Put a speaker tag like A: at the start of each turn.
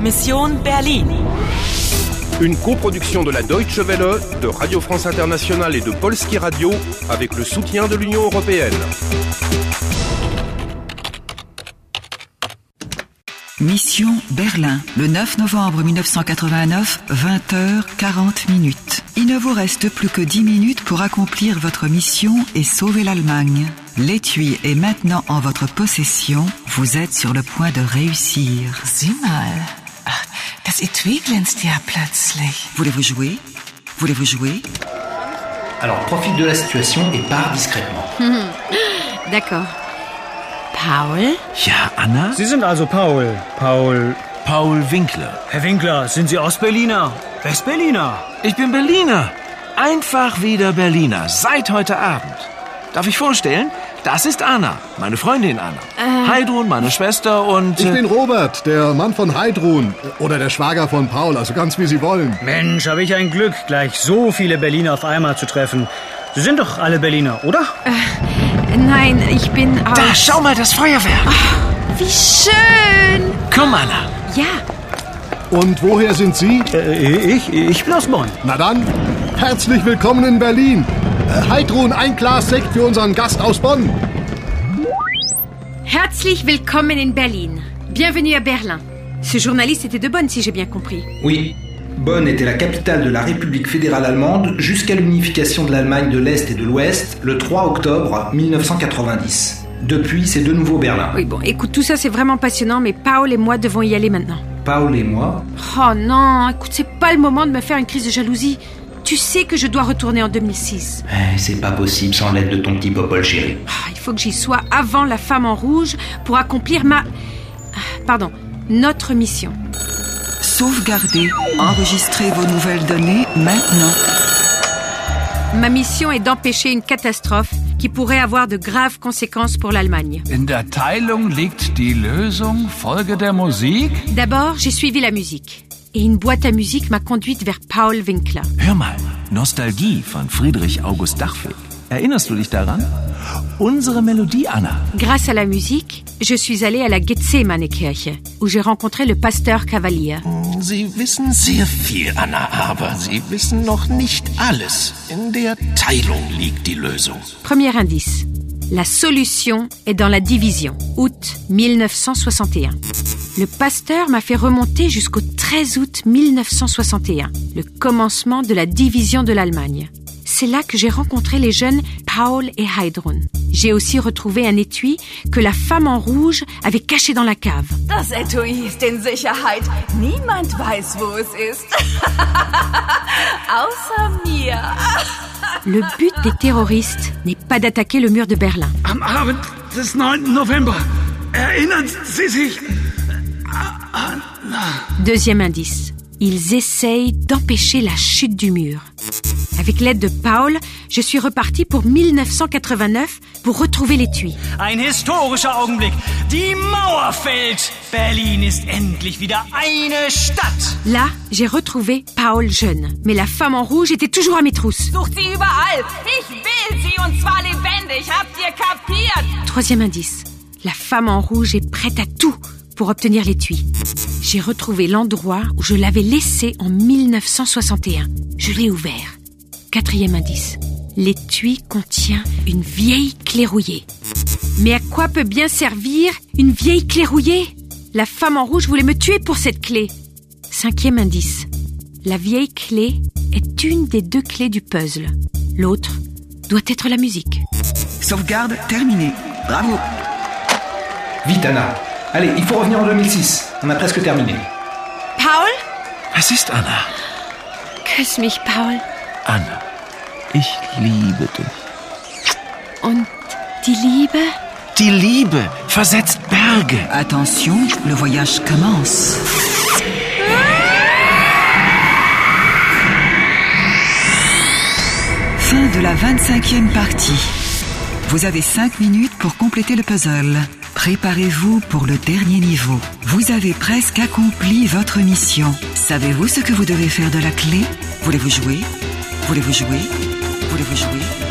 A: Mission Berlin.
B: Une coproduction de la Deutsche Welle, de Radio France Internationale et de Polski Radio avec le soutien de l'Union européenne.
C: Mission Berlin, le 9 novembre 1989, 20h40 minutes. Il ne vous reste plus que 10 minutes pour accomplir votre mission et sauver l'Allemagne. L'étui est maintenant en votre possession. Vous êtes sur le point de réussir.
D: Sieh mal. Ach, das Etui glänzt ja plötzlich.
C: Voulez-vous jouer Voulez-vous jouer
E: Alors profite de la situation et pars discrètement.
F: D'accord. Paul?
G: Ja, Anna?
H: Sie sind also Paul. Paul.
G: Paul Winkler.
H: Herr Winkler, sind Sie Ostberliner? Westberliner?
G: Ich bin Berliner. Einfach wieder Berliner. Seit heute Abend. Darf ich vorstellen? Das ist Anna, meine Freundin Anna. Heidrun, meine Schwester und...
I: Ich
G: äh,
I: bin Robert, der Mann von Heidrun. Oder der Schwager von Paul, also ganz wie Sie wollen.
H: Mensch, habe ich ein Glück, gleich so viele Berliner auf einmal zu treffen. Sie sind doch alle Berliner, oder?
F: Nein, ich bin aus. Ah,
G: da, schau mal das Feuerwerk.
F: Wie schön!
G: Komm, Anna.
F: Ja,
I: Und woher sind Sie?
H: Äh, ich, ich bin aus Bonn.
I: Na dann, herzlich willkommen in Berlin. Äh, Heidrun, ein Glas Sekt für unseren Gast aus Bonn.
F: herzlich willkommen in Berlin. Bienvenue à Berlin. Ce journaliste était de bonne, si j'ai bien compris.
E: Oui, Bonn était la capitale de la République fédérale allemande jusqu'à l'unification de l'Allemagne de l'Est et de l'Ouest le 3 octobre 1990. Depuis, c'est de nouveau Berlin.
F: Oui, bon, écoute, tout ça c'est vraiment passionnant, mais Paul et moi devons y aller maintenant.
E: Paul et moi,
F: Oh non, écoute, c'est pas le moment de me faire une crise de jalousie. Tu sais que je dois retourner en 2006.
E: eh, c'est pas possible sans l'aide de ton petit Popol chéri.
F: Ah, il faut que j'y sois avant la femme en rouge pour accomplir ma. Ah, Pardon, notre mission.
C: Sauvegardez. Enregistrez vos nouvelles données maintenant.
F: Ma mission est d'empêcher une catastrophe qui pourrait avoir de graves conséquences pour l'Allemagne.
J: In der Teilung liegt die Lösung. Folge der Musik.
F: D'abord, j'ai suivi la musique. Et une boîte à musique m'a conduite vers Paul Winkler.
G: Hör mal, Nostalgie von Friedrich August Dachweg. Erinnerst du dich daran? Unsere Melodie, Anna.
F: Grâce à la musique, je suis allée à la Gethsemane-Kirche, où j'ai rencontré le pasteur Cavalier.
K: Sie wissen sehr viel, Anna, aber Sie wissen noch nicht alles. In der Teilung liegt die Lösung.
F: Premier indice. La solution est dans la division, août 1961. Le pasteur m'a fait remonter jusqu'au 13 août 1961, le commencement de la division de l'Allemagne. C'est là que j'ai rencontré les jeunes Paul et Heidrun. J'ai aussi retrouvé un étui que la femme en rouge avait caché dans la cave.
L: Das Etui ist in Sicherheit. Niemand weiß, wo es ist. Außer mir.
F: Le but des terroristes n'est pas d'attaquer le mur de Berlin.
J: Am Abend des 9. November. Erinnern Sie sich?
F: Deuxième indice. Ils essayent d'empêcher la chute du mur. Avec l'aide de Paul, je suis reparti pour 1989 pour retrouver l'étui.
H: Ein historischer Augenblick. Die Mauer fällt. Berlin ist endlich wieder eine Stadt.
F: Là, j'ai retrouvé Paul jeune. Mais la femme en rouge était toujours à mes trousses.
L: Sucht sie überall. Ich will sie und zwar lebendig. Habt ihr kapiert?
F: Troisième indice. La femme en rouge est prête à tout pour obtenir l'étui. J'ai retrouvé l'endroit où je l'avais laissé en 1961. Je l'ai ouvert. Quatrième indice. L'étui contient une vieille clé rouillée. Mais à quoi peut bien servir une vieille clé rouillée La femme en rouge voulait me tuer pour cette clé. Cinquième indice. La vieille clé est une des deux clés du puzzle. L'autre doit être la musique.
C: Sauvegarde terminée. Bravo.
E: Vite, Anna. Allez, il faut revenir en 2006. On a presque terminé.
F: Paul
G: Was ist, Anna?
F: Küsse mich, Paul.
G: Anna, ich liebe dich.
F: Und die Liebe?
G: Die Liebe versetzt Berge.
C: Attention, le voyage commence. Fin de la 25e partie. Vous avez 5 minutes pour compléter le puzzle. Préparez-vous pour le dernier niveau. Vous avez presque accompli votre mission. Savez-vous ce que vous devez faire de la clé Voulez-vous jouer Voulez-vous jouer Voulez-vous jouer